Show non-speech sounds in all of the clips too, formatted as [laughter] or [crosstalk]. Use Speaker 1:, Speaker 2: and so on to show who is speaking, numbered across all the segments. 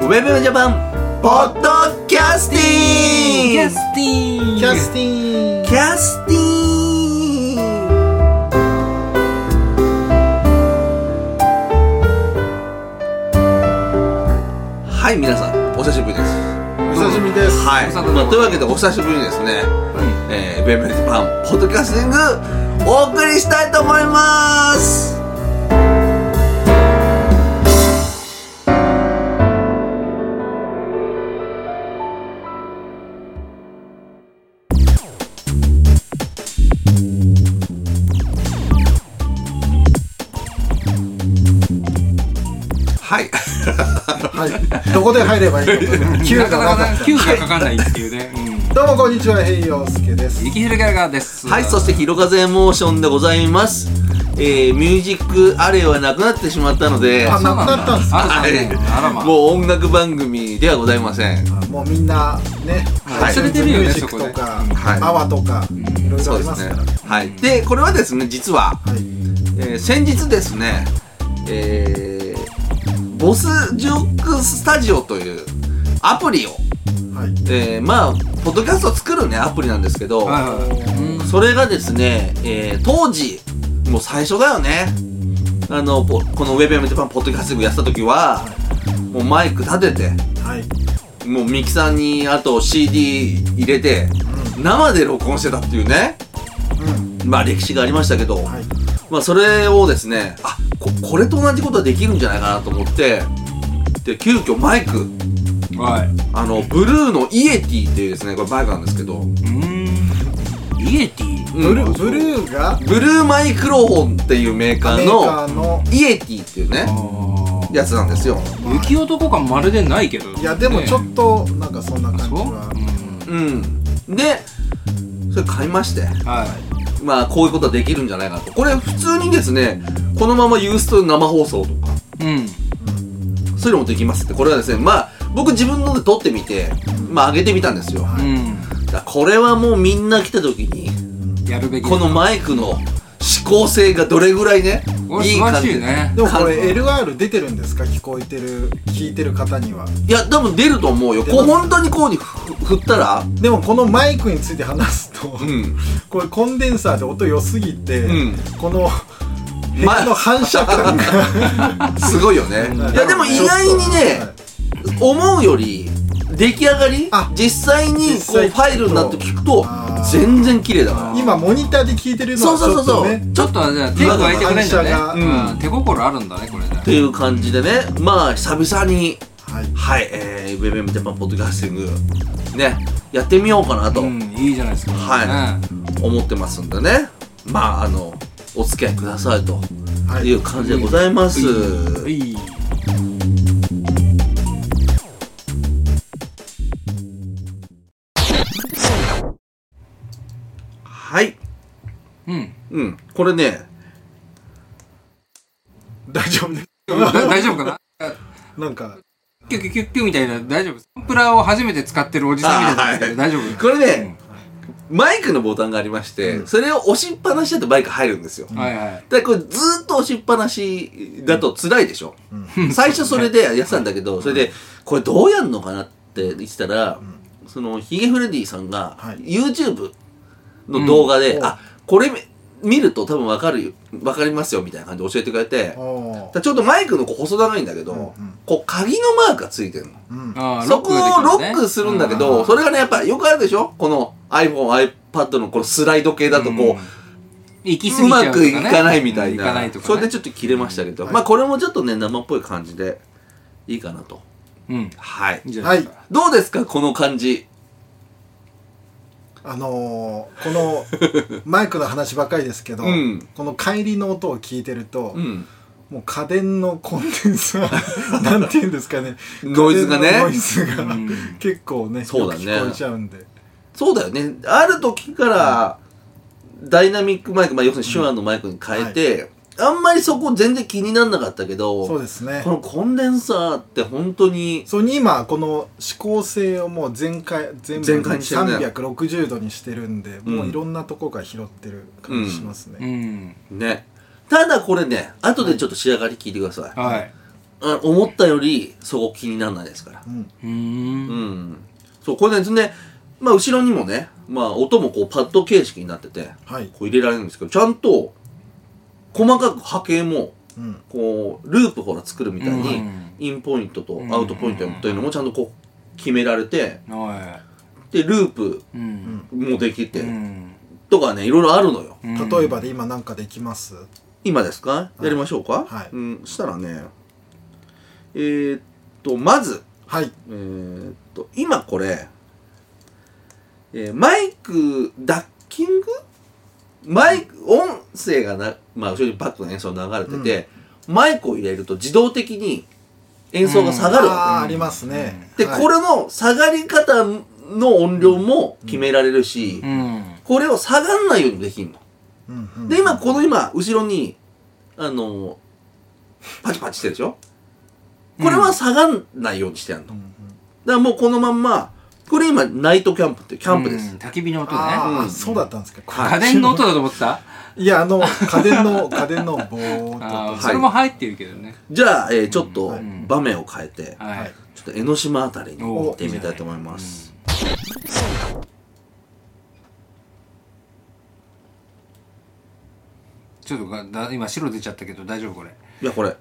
Speaker 1: ウェブジャパンポッドキャスティング
Speaker 2: キャスティーン
Speaker 3: キャスティン
Speaker 1: キャスティングはい皆さんお久しぶりです
Speaker 3: お久しぶりです
Speaker 1: は
Speaker 2: お
Speaker 1: い、
Speaker 2: 久しぶり
Speaker 1: まあ、というわけでお久しぶりにですね「えー、ベンベンズパンポッドキャスティング」お送りしたいと思いますはい
Speaker 3: はいどこで入ればいいの Q
Speaker 2: な
Speaker 3: が
Speaker 2: か
Speaker 3: な
Speaker 2: な
Speaker 3: かっ
Speaker 2: か
Speaker 3: た
Speaker 2: 9がかかんないっていうね。うん
Speaker 3: どうもこんにちは平洋介です
Speaker 2: 雪広ギャラガーです。
Speaker 1: はい、そして、ひろかぜエモーションでございます。えー、ミュージックアレイはなくなってしまったので、
Speaker 3: あ
Speaker 2: そうなんだ
Speaker 3: なくなったんです
Speaker 2: あら
Speaker 1: はい
Speaker 2: あらま。
Speaker 1: もう音楽番組ではございません。
Speaker 3: もうみんなね
Speaker 1: はい
Speaker 3: ストリートミュージックとか
Speaker 1: はい
Speaker 3: アワとかいろいろ
Speaker 1: そ
Speaker 3: あ
Speaker 1: う
Speaker 3: り
Speaker 1: で
Speaker 3: ますす
Speaker 1: ね
Speaker 3: からね。
Speaker 1: はい。で、これはですね、実は、
Speaker 3: はい
Speaker 1: えー先日ですね、えー、ボスジョックスタジオというアプリを、
Speaker 3: はい
Speaker 1: えー、まあ、ポッドキャストを作るね、アプリなんですけど、
Speaker 2: はいはいはいうん
Speaker 1: それがですね、えー当時もう最初だよねあのぽこのウェブやめてパンポッドキャスティングやってた時はもうマイク立てて
Speaker 3: はい
Speaker 1: もうミキサーにあと CD 入れて生で録音してたっていうね
Speaker 3: うん
Speaker 1: まあ歴史がありましたけど、
Speaker 3: はい
Speaker 1: まあそれをですねあここれと同じことはできるんじゃないかなと思ってで急遽マイク
Speaker 2: はい。
Speaker 1: あのブルーのイエティっていうですねこれマイクなんですけど
Speaker 2: うーん。イエティ
Speaker 1: ブ
Speaker 3: ブルーブルーが
Speaker 1: ブルーマイクロフォンっていうメーカ
Speaker 3: メ
Speaker 1: ー
Speaker 3: ー
Speaker 1: の
Speaker 3: カーの
Speaker 1: イエティっていうねやつなんですよ
Speaker 2: 雪男感まるでないけど。
Speaker 3: いやでもちょっとなんかそんな感
Speaker 2: と
Speaker 3: じ
Speaker 2: そう
Speaker 3: は
Speaker 1: うんでそれ買いまして
Speaker 2: うんはい。
Speaker 1: まあこういうことはできるんじゃないかとこれ普通にですねこのままユースト生放送とか
Speaker 2: うん。
Speaker 1: そういうのもできますってこれはですねまあ僕自分ので撮ってみてまあ上げてみたんですよ
Speaker 2: う
Speaker 1: だからこれはもうみんな来た時に
Speaker 2: ん。やるべき。
Speaker 1: このマイクの指向性がどれぐらいね
Speaker 2: これ
Speaker 1: い
Speaker 2: 素
Speaker 1: い
Speaker 2: 晴ら
Speaker 1: 感
Speaker 2: し
Speaker 1: じ
Speaker 2: いね。
Speaker 3: でもこ
Speaker 1: 感じ
Speaker 3: れ LR 出てるんですか聞こえてる聞いてる方にはい
Speaker 1: や多分出ると思うよこう本当にこうにふ振ったら
Speaker 3: でもこのマイクについて話すと、
Speaker 1: うん
Speaker 3: これコンデンサーで音良すぎて、
Speaker 1: うん
Speaker 3: この部
Speaker 1: ま
Speaker 3: 屋の反射感が
Speaker 1: すごいよね
Speaker 3: うん
Speaker 1: いやでも意外にね
Speaker 3: はい
Speaker 1: 思うより出来上がり
Speaker 3: あ
Speaker 1: 実際に
Speaker 3: 実
Speaker 1: こう
Speaker 3: 際
Speaker 1: ファイルになって聞くと
Speaker 3: あー
Speaker 1: 全然綺麗だか
Speaker 2: あ
Speaker 3: 今モニターで聞いてる
Speaker 1: ら
Speaker 3: の
Speaker 1: そう
Speaker 3: はち
Speaker 1: そう
Speaker 3: ょ
Speaker 1: そう
Speaker 3: っ
Speaker 1: そう、
Speaker 3: とね
Speaker 1: ち
Speaker 2: ち
Speaker 1: ょ
Speaker 2: ょ
Speaker 1: っ
Speaker 2: っとじゃあ手が湧いてくれんじゃね。
Speaker 1: 反射が
Speaker 2: うん手心あるんだねこれね。
Speaker 1: という感じでねまあ久々に
Speaker 3: はい
Speaker 1: はいえー、ウェブ m ジャパンポッドキャスティングねやってみようかなと
Speaker 2: うんいいじゃないですか。
Speaker 1: はい
Speaker 2: ね。
Speaker 1: 思ってますんでね、まああのお付き合いくださいと
Speaker 3: はい
Speaker 1: いう感じでございます、
Speaker 2: いい。
Speaker 1: はい
Speaker 2: うん。
Speaker 1: うんこれね
Speaker 3: 大丈夫です
Speaker 2: だ大丈夫かな。
Speaker 3: なんか
Speaker 2: キュッキュッキュッキュッみたいな、大丈夫サンプラーを初めて使ってるおじさんみたいなんですけど、
Speaker 1: あは
Speaker 2: 大丈夫
Speaker 1: これね、マイクのボタンがありまして、それを押しっぱなしだとマイク入るんですよ、
Speaker 2: うんはいはい。
Speaker 1: だからこれずーっと押しっぱなしだと辛いでしょ、最初それでやってたんだけど、それでこれどうやんのかなって言ってたら、そのヒゲフレディさんが
Speaker 3: はい
Speaker 1: YouTube の動画で、
Speaker 3: うん
Speaker 1: あこれ見ると多分わかるよわかりますよみたいな感じで教えてくれて、
Speaker 3: おー
Speaker 1: だからちょっとマイクのこう細長いんだけど、
Speaker 3: うん
Speaker 1: こう鍵のマークがついてるの
Speaker 3: うん
Speaker 2: あー
Speaker 1: そこをロ
Speaker 2: できるね
Speaker 1: ックするんだけ
Speaker 2: う
Speaker 1: ど、
Speaker 2: ん
Speaker 1: それがね、やっぱよくあるでしょこの iPhone、iPad のこのスライド系だとこう、
Speaker 2: うん、行き過
Speaker 1: う
Speaker 2: ぎち
Speaker 1: ま
Speaker 2: ゃうとか、
Speaker 1: く
Speaker 2: ね、
Speaker 1: いかないみたい
Speaker 2: うん行かな
Speaker 1: ない
Speaker 2: と。か、
Speaker 1: そ
Speaker 2: ね。
Speaker 1: れでちょっと切れましたけど、
Speaker 3: はい
Speaker 1: まあこれもちょっとね、生っぽい感じでいいかなと。
Speaker 2: うん。
Speaker 1: はい
Speaker 2: いい。じゃないですか。
Speaker 1: どうですかこの感じ。
Speaker 3: あのーこのマイクの話ばかりですけど、
Speaker 1: うん
Speaker 3: この帰りの音を聞いてると、
Speaker 1: うん。
Speaker 3: もう家電のコンデン
Speaker 1: [laughs]
Speaker 3: サーなんていうんですかね
Speaker 1: ノイズがね
Speaker 3: 家電のノイズが、
Speaker 2: うん
Speaker 3: 結構ね
Speaker 1: そうだね
Speaker 3: よく聞こえちゃうんで
Speaker 1: そうだよね。ある時から、ダイナミックマイク、まあ要するに手話のマイクに変えて、あんまりそこ全然気にならなかったけど、
Speaker 3: そうですね
Speaker 1: このコンデンサーって本当に、
Speaker 3: それに今この指向性をもう全開全部
Speaker 1: 全開にしてるね
Speaker 3: 360度にしてるんで、
Speaker 1: ん
Speaker 3: もういろんなとこが拾ってる感じしますね、
Speaker 2: うん。
Speaker 1: ね。ただこれね、後でちょっと仕上がり聞いてください。
Speaker 2: はい。
Speaker 1: あ思ったよりそこ気にならないですから。
Speaker 2: うー。
Speaker 1: うんん。そう、これね、ねまあ後ろにもね、まあ音もこうパッド形式になってて、
Speaker 3: はい。
Speaker 1: こう入れられるんですけど、ちゃんと細かく波形も、
Speaker 3: うん。
Speaker 1: こう、ループほら作るみたいに、
Speaker 2: うん
Speaker 1: インポイントとアウトポイントというのもちゃんとこう決められて、
Speaker 2: は
Speaker 1: で、ループ
Speaker 2: い。うん。
Speaker 1: もできて、
Speaker 2: うん。
Speaker 1: とかね、いろいろあるのよ。
Speaker 2: うん
Speaker 3: 例えばで今なんかできます
Speaker 1: 今ですかやりましょうか、
Speaker 3: はい
Speaker 1: うん、したらね、えー、っと、まず、
Speaker 3: はい。
Speaker 1: えーっと、今これ、えーマイク、ダッキングマイク、音声がな、まあ、後ろにバックの演奏流れてて、マイクを入れると自動的に演奏が下がるわ
Speaker 3: あーありますね。
Speaker 1: け。で、
Speaker 3: はい
Speaker 1: これの下がり方の音量も決められるし、
Speaker 2: うん。
Speaker 1: これを下がんないようにもできんの。
Speaker 3: うんうん
Speaker 1: で、今、この今、後ろに、あの、パチパチしてるでしょこれは下がんないようにしてやるの
Speaker 3: う。んう
Speaker 1: だ
Speaker 3: ん
Speaker 1: からもうこのまんま、これ今、ナイトキャンプってキャンプです。
Speaker 2: うん焚き火の音ね。
Speaker 3: あ
Speaker 1: う
Speaker 3: あ、
Speaker 1: ん
Speaker 3: そうだったんですか。
Speaker 1: はい
Speaker 2: 家電の音だと思ってた
Speaker 3: [laughs] いや、あの、家電の、 [laughs] 家電の棒
Speaker 2: あ
Speaker 3: ー
Speaker 2: ー
Speaker 3: っ
Speaker 1: い
Speaker 2: それも入ってるけどね。
Speaker 1: じゃあ、えーちょっと
Speaker 2: ん
Speaker 1: 場面を変えて、
Speaker 2: は
Speaker 3: はいい。
Speaker 1: ちょっと江ノ島あたりに
Speaker 2: お
Speaker 1: 行ってみたいと思います。
Speaker 2: ちょっとがだ今白出ちゃったけど大丈夫これ。い
Speaker 1: いや、これ。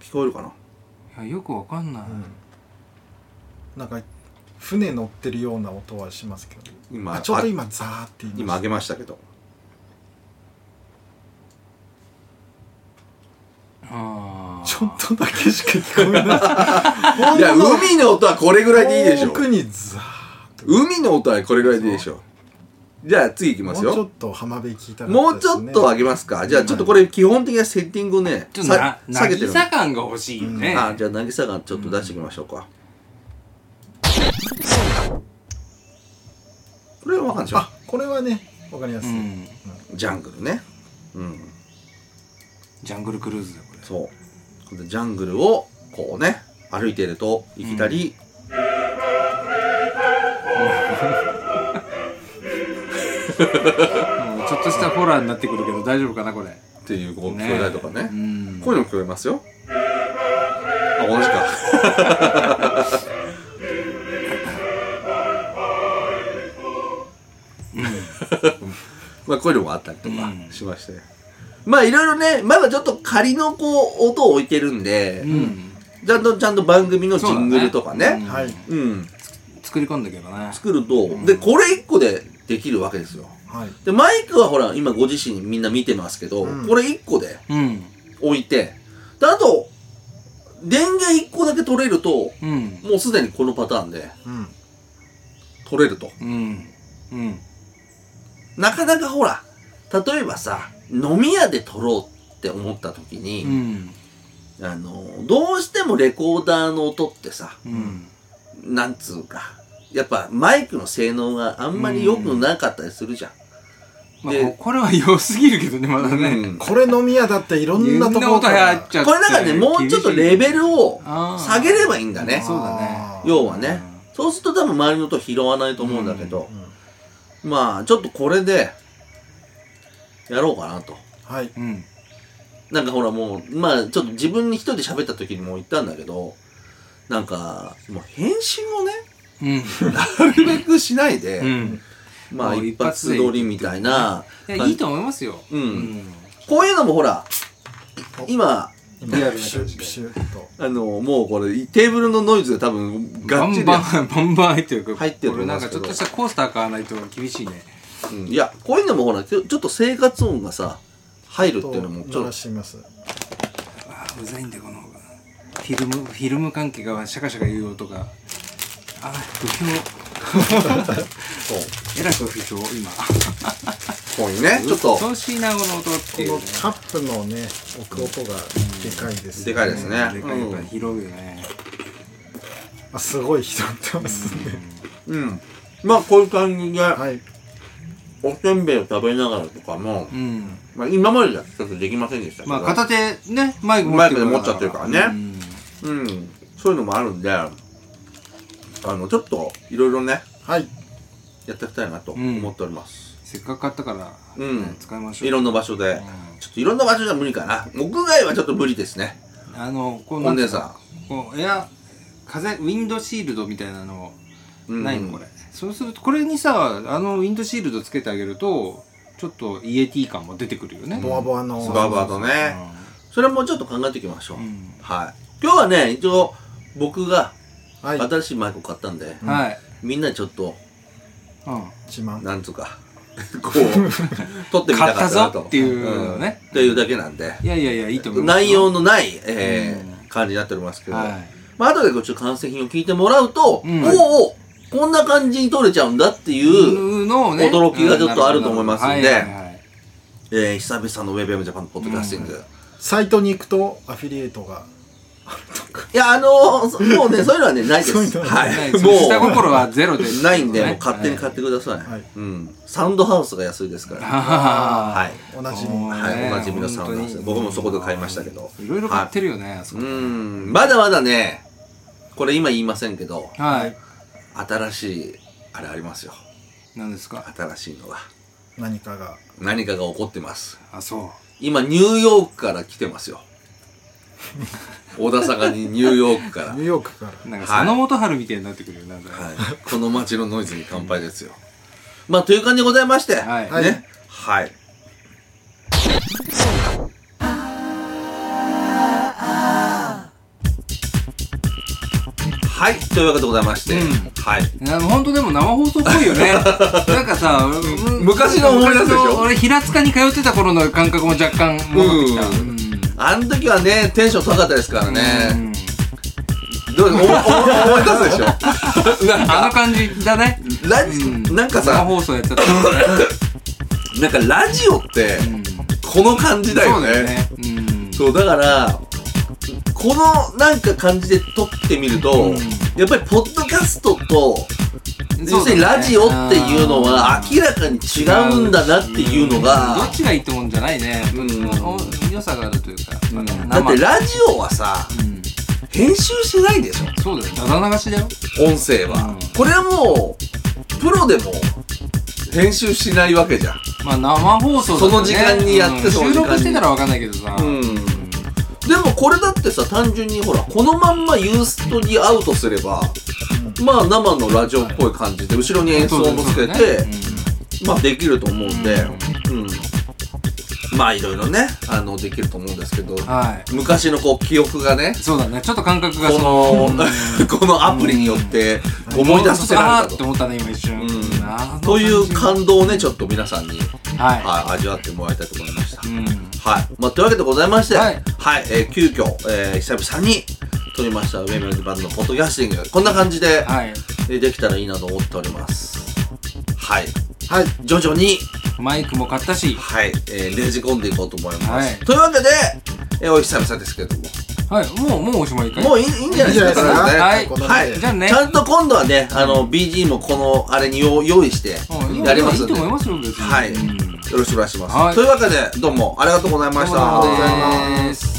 Speaker 1: 聞こえるかな
Speaker 2: やよくわかんない。
Speaker 3: と。なんか、船乗ってるような音はしますけど。
Speaker 1: 今、
Speaker 3: あちょう
Speaker 1: あ
Speaker 3: ど今、ザーって言いました
Speaker 1: 今上げましたけど。
Speaker 2: あ
Speaker 3: ちょっとだけしか聞こえ [laughs] ない。
Speaker 1: いや、海の音はこれぐらいでいいでしょ
Speaker 3: 遠。くにザーッと
Speaker 1: 海の音はこれぐらいでいいでしょ。じゃあ、次行きます
Speaker 3: もうちょ
Speaker 1: よ。
Speaker 3: っと浜辺聞いたか
Speaker 1: もう
Speaker 3: たで
Speaker 1: ち
Speaker 3: す
Speaker 1: ょっ
Speaker 3: ね
Speaker 1: と上げますか。じゃあ、ちょっとこれ、基本的なセッティングをね、
Speaker 2: ちょっと
Speaker 1: さ
Speaker 2: な、
Speaker 1: 下げてるんで
Speaker 2: 渚感が欲しいよね。
Speaker 1: あじゃあ渚がちょっと出していきましょうか、これは分かるでしょ
Speaker 3: あこれはねわかりやす
Speaker 2: う
Speaker 3: い、
Speaker 2: ん。
Speaker 1: ジャングルねうん
Speaker 2: ジャングルクルーズだこれ。
Speaker 1: そうでジャングルをこうね歩いてると行きたり、
Speaker 2: もうちょっとしたホラーになってくるけど大丈夫かなこれ。
Speaker 1: っていうこう
Speaker 2: ね
Speaker 1: 聞こえたりとかね
Speaker 2: うん。
Speaker 1: こういうのも聞こえますよあ同じかまあこういうのもあったりとかしまして、まあいろいろねまだちょっと仮のこう音を置いてるんで、
Speaker 2: うん。
Speaker 1: ちゃんとちゃんと番組のジ
Speaker 2: そうだね
Speaker 1: ングルとかね
Speaker 2: うん
Speaker 3: はい
Speaker 1: うん
Speaker 2: 作り込んだけどね。
Speaker 1: 作ると、でこれ一個でできるわけですよ
Speaker 3: はい
Speaker 1: でマイクはほら今ご自身みんな見てますけど、
Speaker 3: うん
Speaker 1: これ一個で
Speaker 2: うん。
Speaker 1: 置いてであと電源1個だけ取れると
Speaker 2: うん。
Speaker 1: もうすでにこのパターンで
Speaker 3: うん
Speaker 1: 取れると
Speaker 2: うん。うん。
Speaker 1: なかなかほら例えばさ飲み屋で取ろうって思った時
Speaker 2: う
Speaker 1: に、
Speaker 2: ん。
Speaker 1: あのどうしてもレコーダーの音ってさ
Speaker 2: うん。
Speaker 1: なんつうかやっぱマイクの性能があんまり良くなかったりするじゃん、
Speaker 2: まあ
Speaker 1: で
Speaker 2: ここれは良すぎるけどねまだ
Speaker 1: う
Speaker 2: ね。
Speaker 1: んこ
Speaker 3: これ飲み屋だっていろんなところか
Speaker 2: い
Speaker 3: ら
Speaker 2: ろんな音入っちゃって。
Speaker 1: れだからねもうちょっとレベルを
Speaker 2: あー
Speaker 1: 下げればいいんだね
Speaker 2: そうだね
Speaker 3: あー
Speaker 1: 要はねそうすると多分周りの音拾わないと思うんだけど、
Speaker 3: うん
Speaker 1: まあちょっとこれでやろうかなと
Speaker 3: はい
Speaker 2: うん。
Speaker 1: なんかほらもうまあちょっと自分に一人で喋った時にも言ったんだけどなんかもう返信をね
Speaker 2: うん。
Speaker 1: なるべくしないで、
Speaker 2: うん。
Speaker 1: まあ
Speaker 2: もう
Speaker 1: 一
Speaker 2: 一
Speaker 1: 発
Speaker 2: 発
Speaker 1: 撮りみたいない
Speaker 2: やいいと思いますよ。
Speaker 1: うん
Speaker 2: うん。
Speaker 1: こういうのもほら今
Speaker 3: 今
Speaker 2: リアル
Speaker 3: プ
Speaker 2: な
Speaker 3: シ
Speaker 2: 感
Speaker 3: ュ
Speaker 2: じで
Speaker 3: プシュッと
Speaker 1: あのもうこれテーブルのノイズが多分
Speaker 2: バ
Speaker 1: がっち
Speaker 2: ン
Speaker 1: り
Speaker 2: バン、バンバン入ってるけど。
Speaker 1: 入ってると
Speaker 2: こ
Speaker 1: 思
Speaker 2: れ
Speaker 1: い
Speaker 2: な
Speaker 1: ま
Speaker 2: ん
Speaker 1: す
Speaker 2: か
Speaker 1: け
Speaker 2: ち
Speaker 1: ど
Speaker 2: ょっとしたコースター買わないと厳しいね。
Speaker 1: うんいやこういうのもほらちょちょっと生活音がさ入るっていうのもち
Speaker 3: 鳴
Speaker 1: ょっ
Speaker 3: ら
Speaker 1: と
Speaker 3: してみます
Speaker 2: ああ、うざいんだよこの方が。フィルム、フィルム関係がシャカシャカ言う音が。ああ、不評。
Speaker 1: そう
Speaker 2: [laughs] えらく不評、今。
Speaker 1: こういうねちょっと
Speaker 2: うっとうしいな、この音って
Speaker 3: こ
Speaker 2: いう
Speaker 3: の
Speaker 2: ね。
Speaker 3: カップのね置く音がでかいです
Speaker 1: でかいですね
Speaker 2: でかいやっぱ拾うよね。
Speaker 3: あすごい拾ってますね
Speaker 1: うんまあこういう感じで
Speaker 3: はい
Speaker 1: おせんべいを食べながらとかも、
Speaker 2: うん。
Speaker 1: まあ、今までじゃちょっとできませんでしたけど、
Speaker 2: まあ片手ね、マイク持
Speaker 1: マ
Speaker 2: っ
Speaker 1: イ
Speaker 2: て
Speaker 1: クで
Speaker 2: る
Speaker 1: 持っちゃってるからね
Speaker 2: うん
Speaker 1: うん、そういうのもあるんであのちょっといろいろね
Speaker 3: はい
Speaker 1: やっていきたいなと
Speaker 2: うん
Speaker 1: 思っております、
Speaker 2: せっかく買ったから、
Speaker 1: うん
Speaker 2: ね使いましょう。
Speaker 1: いろんな場所で
Speaker 2: うん
Speaker 1: ちょっといろんな場所じゃ無理かな屋外はちょっと無理ですね
Speaker 2: あのこう
Speaker 1: コンデン
Speaker 2: なん
Speaker 1: サ
Speaker 2: かこうエア風ウィンドシールドみたいなの
Speaker 1: ーうん
Speaker 2: ないのこれ、そうするとこれにさあのウィンドシールドつけてあげるとちょっとイエティ感も出てくるよね
Speaker 3: ボワボワの
Speaker 1: ボワボワのねそれもちょっと考えていきましょう、
Speaker 2: うん
Speaker 1: はい今日はね一応僕が
Speaker 3: はい
Speaker 1: 新しいマイクを買ったんで、
Speaker 2: うんはい、
Speaker 1: みんなにちょっと
Speaker 2: う
Speaker 3: 一万
Speaker 1: なんつう
Speaker 2: [laughs]
Speaker 1: かこう撮って
Speaker 2: ん、
Speaker 1: みたかった
Speaker 2: 買った
Speaker 1: な
Speaker 2: ぞ
Speaker 1: と
Speaker 2: っていうね、
Speaker 1: というだけなんで
Speaker 2: いやいやいやいいと思います
Speaker 1: 内容のない、えー
Speaker 2: う
Speaker 1: 感じになっておりますけど、
Speaker 2: はい
Speaker 1: まあ後でこっちの完成品を聞いてもらうと、
Speaker 2: うん
Speaker 1: おおこんな感じに撮れちゃうんだっていう、
Speaker 2: のね
Speaker 1: 驚きがちょっとあると思いますんで
Speaker 2: はいはいはい
Speaker 1: えー久々の WebM ジャパンのポッドキャスティング、い
Speaker 3: サイトに行くとアフィリエイトが
Speaker 1: やあのーそ [laughs] もうねそういうのはねないで
Speaker 3: そういう
Speaker 1: す
Speaker 3: のはね
Speaker 1: は
Speaker 2: ない
Speaker 1: い
Speaker 2: です
Speaker 1: も
Speaker 2: 下
Speaker 1: う
Speaker 2: 心はゼロです
Speaker 1: ないんでもう勝手に買っててください、
Speaker 3: はい
Speaker 1: うん、サウンドハウスが安いですから
Speaker 2: は
Speaker 1: はい
Speaker 3: おなじ
Speaker 2: お
Speaker 3: み
Speaker 2: ー
Speaker 1: はい、
Speaker 2: ね
Speaker 1: おなじみのサウンドハウ
Speaker 2: 本当
Speaker 1: ス
Speaker 2: に
Speaker 1: 僕もそこで買いましたけど
Speaker 2: いいろいろ買ってるよね、あそこ
Speaker 1: うーんまだまだねこれ今言いませんけど
Speaker 2: はい
Speaker 1: 新しいあれありますよ
Speaker 2: 何ですか
Speaker 1: 新しいのが
Speaker 3: 何かが
Speaker 1: 何かが起こってます
Speaker 2: あそ
Speaker 1: 今ニューヨークから来てます
Speaker 2: [laughs]
Speaker 1: よ小田坂にニューヨークから、
Speaker 3: ニューヨークから
Speaker 2: うなんか
Speaker 1: はい
Speaker 2: 佐野元春みたいになってくるよなんか
Speaker 1: はい、この街のノイズに乾杯ですよまあという感じでございまして、
Speaker 2: はい
Speaker 3: はい
Speaker 1: ねはいはい、というわけでございまして、
Speaker 2: うん
Speaker 1: はい
Speaker 2: なんか本当でも生放送っぽいよ
Speaker 1: [laughs]
Speaker 2: ねなんかさうん
Speaker 1: 昔の思い出すでしょ
Speaker 2: 昔の俺平塚に通ってた頃の感覚も若干戻ってきた
Speaker 1: うんあの時はねテンション高かったですから
Speaker 2: う
Speaker 1: ね、
Speaker 2: ん
Speaker 1: どうおお思い出すでしょ [laughs] なん
Speaker 2: あの
Speaker 1: か
Speaker 2: 感じだ
Speaker 1: [laughs]
Speaker 2: ね
Speaker 1: ラジ、なんか
Speaker 2: 生
Speaker 1: さ
Speaker 2: 放送やっちゃっ
Speaker 1: [laughs]
Speaker 2: た
Speaker 1: なんかラジオって
Speaker 2: うん
Speaker 1: この感じだよ
Speaker 2: そう
Speaker 1: ね
Speaker 2: だよねうん
Speaker 1: そうだからこのなんか感じで撮ってみると、
Speaker 2: うん
Speaker 1: やっぱりポッドキャストと要
Speaker 2: そう
Speaker 1: す
Speaker 2: だ
Speaker 1: る
Speaker 2: よ
Speaker 1: に
Speaker 2: ね
Speaker 1: ラジオっていうのは
Speaker 2: あー
Speaker 1: 明らかに違うんだなっていうの
Speaker 2: ど
Speaker 1: が
Speaker 2: っ、ちがいいってもんじゃないね、
Speaker 1: うん
Speaker 2: お良さがあるというか、まあね
Speaker 1: だって
Speaker 2: 生
Speaker 1: ラジオはさ
Speaker 2: うん
Speaker 1: 編集しないでし
Speaker 2: そうだよだだ流しだよ
Speaker 1: ょ音声は、
Speaker 2: うん
Speaker 1: これはもうプロでも編集しないわけじゃん
Speaker 2: まあ生放送だとね
Speaker 1: その時間にやって
Speaker 2: うん
Speaker 1: その
Speaker 2: 収
Speaker 1: 時間に
Speaker 2: 録してたらわかんないけどさ、
Speaker 1: うんでもこれだってさ単純にほらこのまんまユーストにアウトすればまあ生のラジオっぽい感じで後ろに演奏もつけ
Speaker 2: そうだよ
Speaker 1: て
Speaker 2: ね
Speaker 1: まあできると思うんで
Speaker 2: う
Speaker 1: うんまあいろいろねあのできると思うんですけど
Speaker 2: うんは
Speaker 1: 昔のこう記憶がね
Speaker 2: いそうだねちょっと感覚
Speaker 1: こ
Speaker 2: がそ
Speaker 1: の [laughs] このアプリによって思い出させら
Speaker 2: あ
Speaker 1: れた
Speaker 2: ーって
Speaker 1: と。
Speaker 2: 思ったね今一瞬、
Speaker 1: うん
Speaker 2: あの感じ
Speaker 1: という感動をねちょっと皆さんに、
Speaker 2: はい、
Speaker 1: はい、味わってもらいたいと思いました。
Speaker 2: うん
Speaker 1: はい。まあ、というわけでございまして、は
Speaker 2: はいい。
Speaker 1: えー急遽、えー久々に撮りました、ウェブルズバンドのポッドキャスティング。こんな感じで、
Speaker 2: はい
Speaker 1: えーできたらいいなと思っております。はい。
Speaker 3: はい
Speaker 1: 徐々に、
Speaker 2: マイクも買ったし
Speaker 1: はい、えーねじ込んでいこうと思います。
Speaker 2: はい
Speaker 1: というわけで、えーお久々ですけれども、
Speaker 2: はいもうもうおしまいかい
Speaker 1: もういいいいんじゃないですか、
Speaker 2: いいんじゃないですか
Speaker 1: は
Speaker 2: はいい
Speaker 1: こんな感じで
Speaker 2: じゃあね
Speaker 1: ちゃんと今度はね、あの、BG もこの、あれに用用意して
Speaker 2: うん、
Speaker 1: やります
Speaker 2: い
Speaker 1: ん
Speaker 2: い
Speaker 1: で。
Speaker 2: と思い
Speaker 1: よ
Speaker 2: ますよ別に
Speaker 1: はい
Speaker 2: うん
Speaker 1: ろしくお願いします。
Speaker 2: はい
Speaker 1: というわけで、どうもありがとうございました。
Speaker 2: どうもです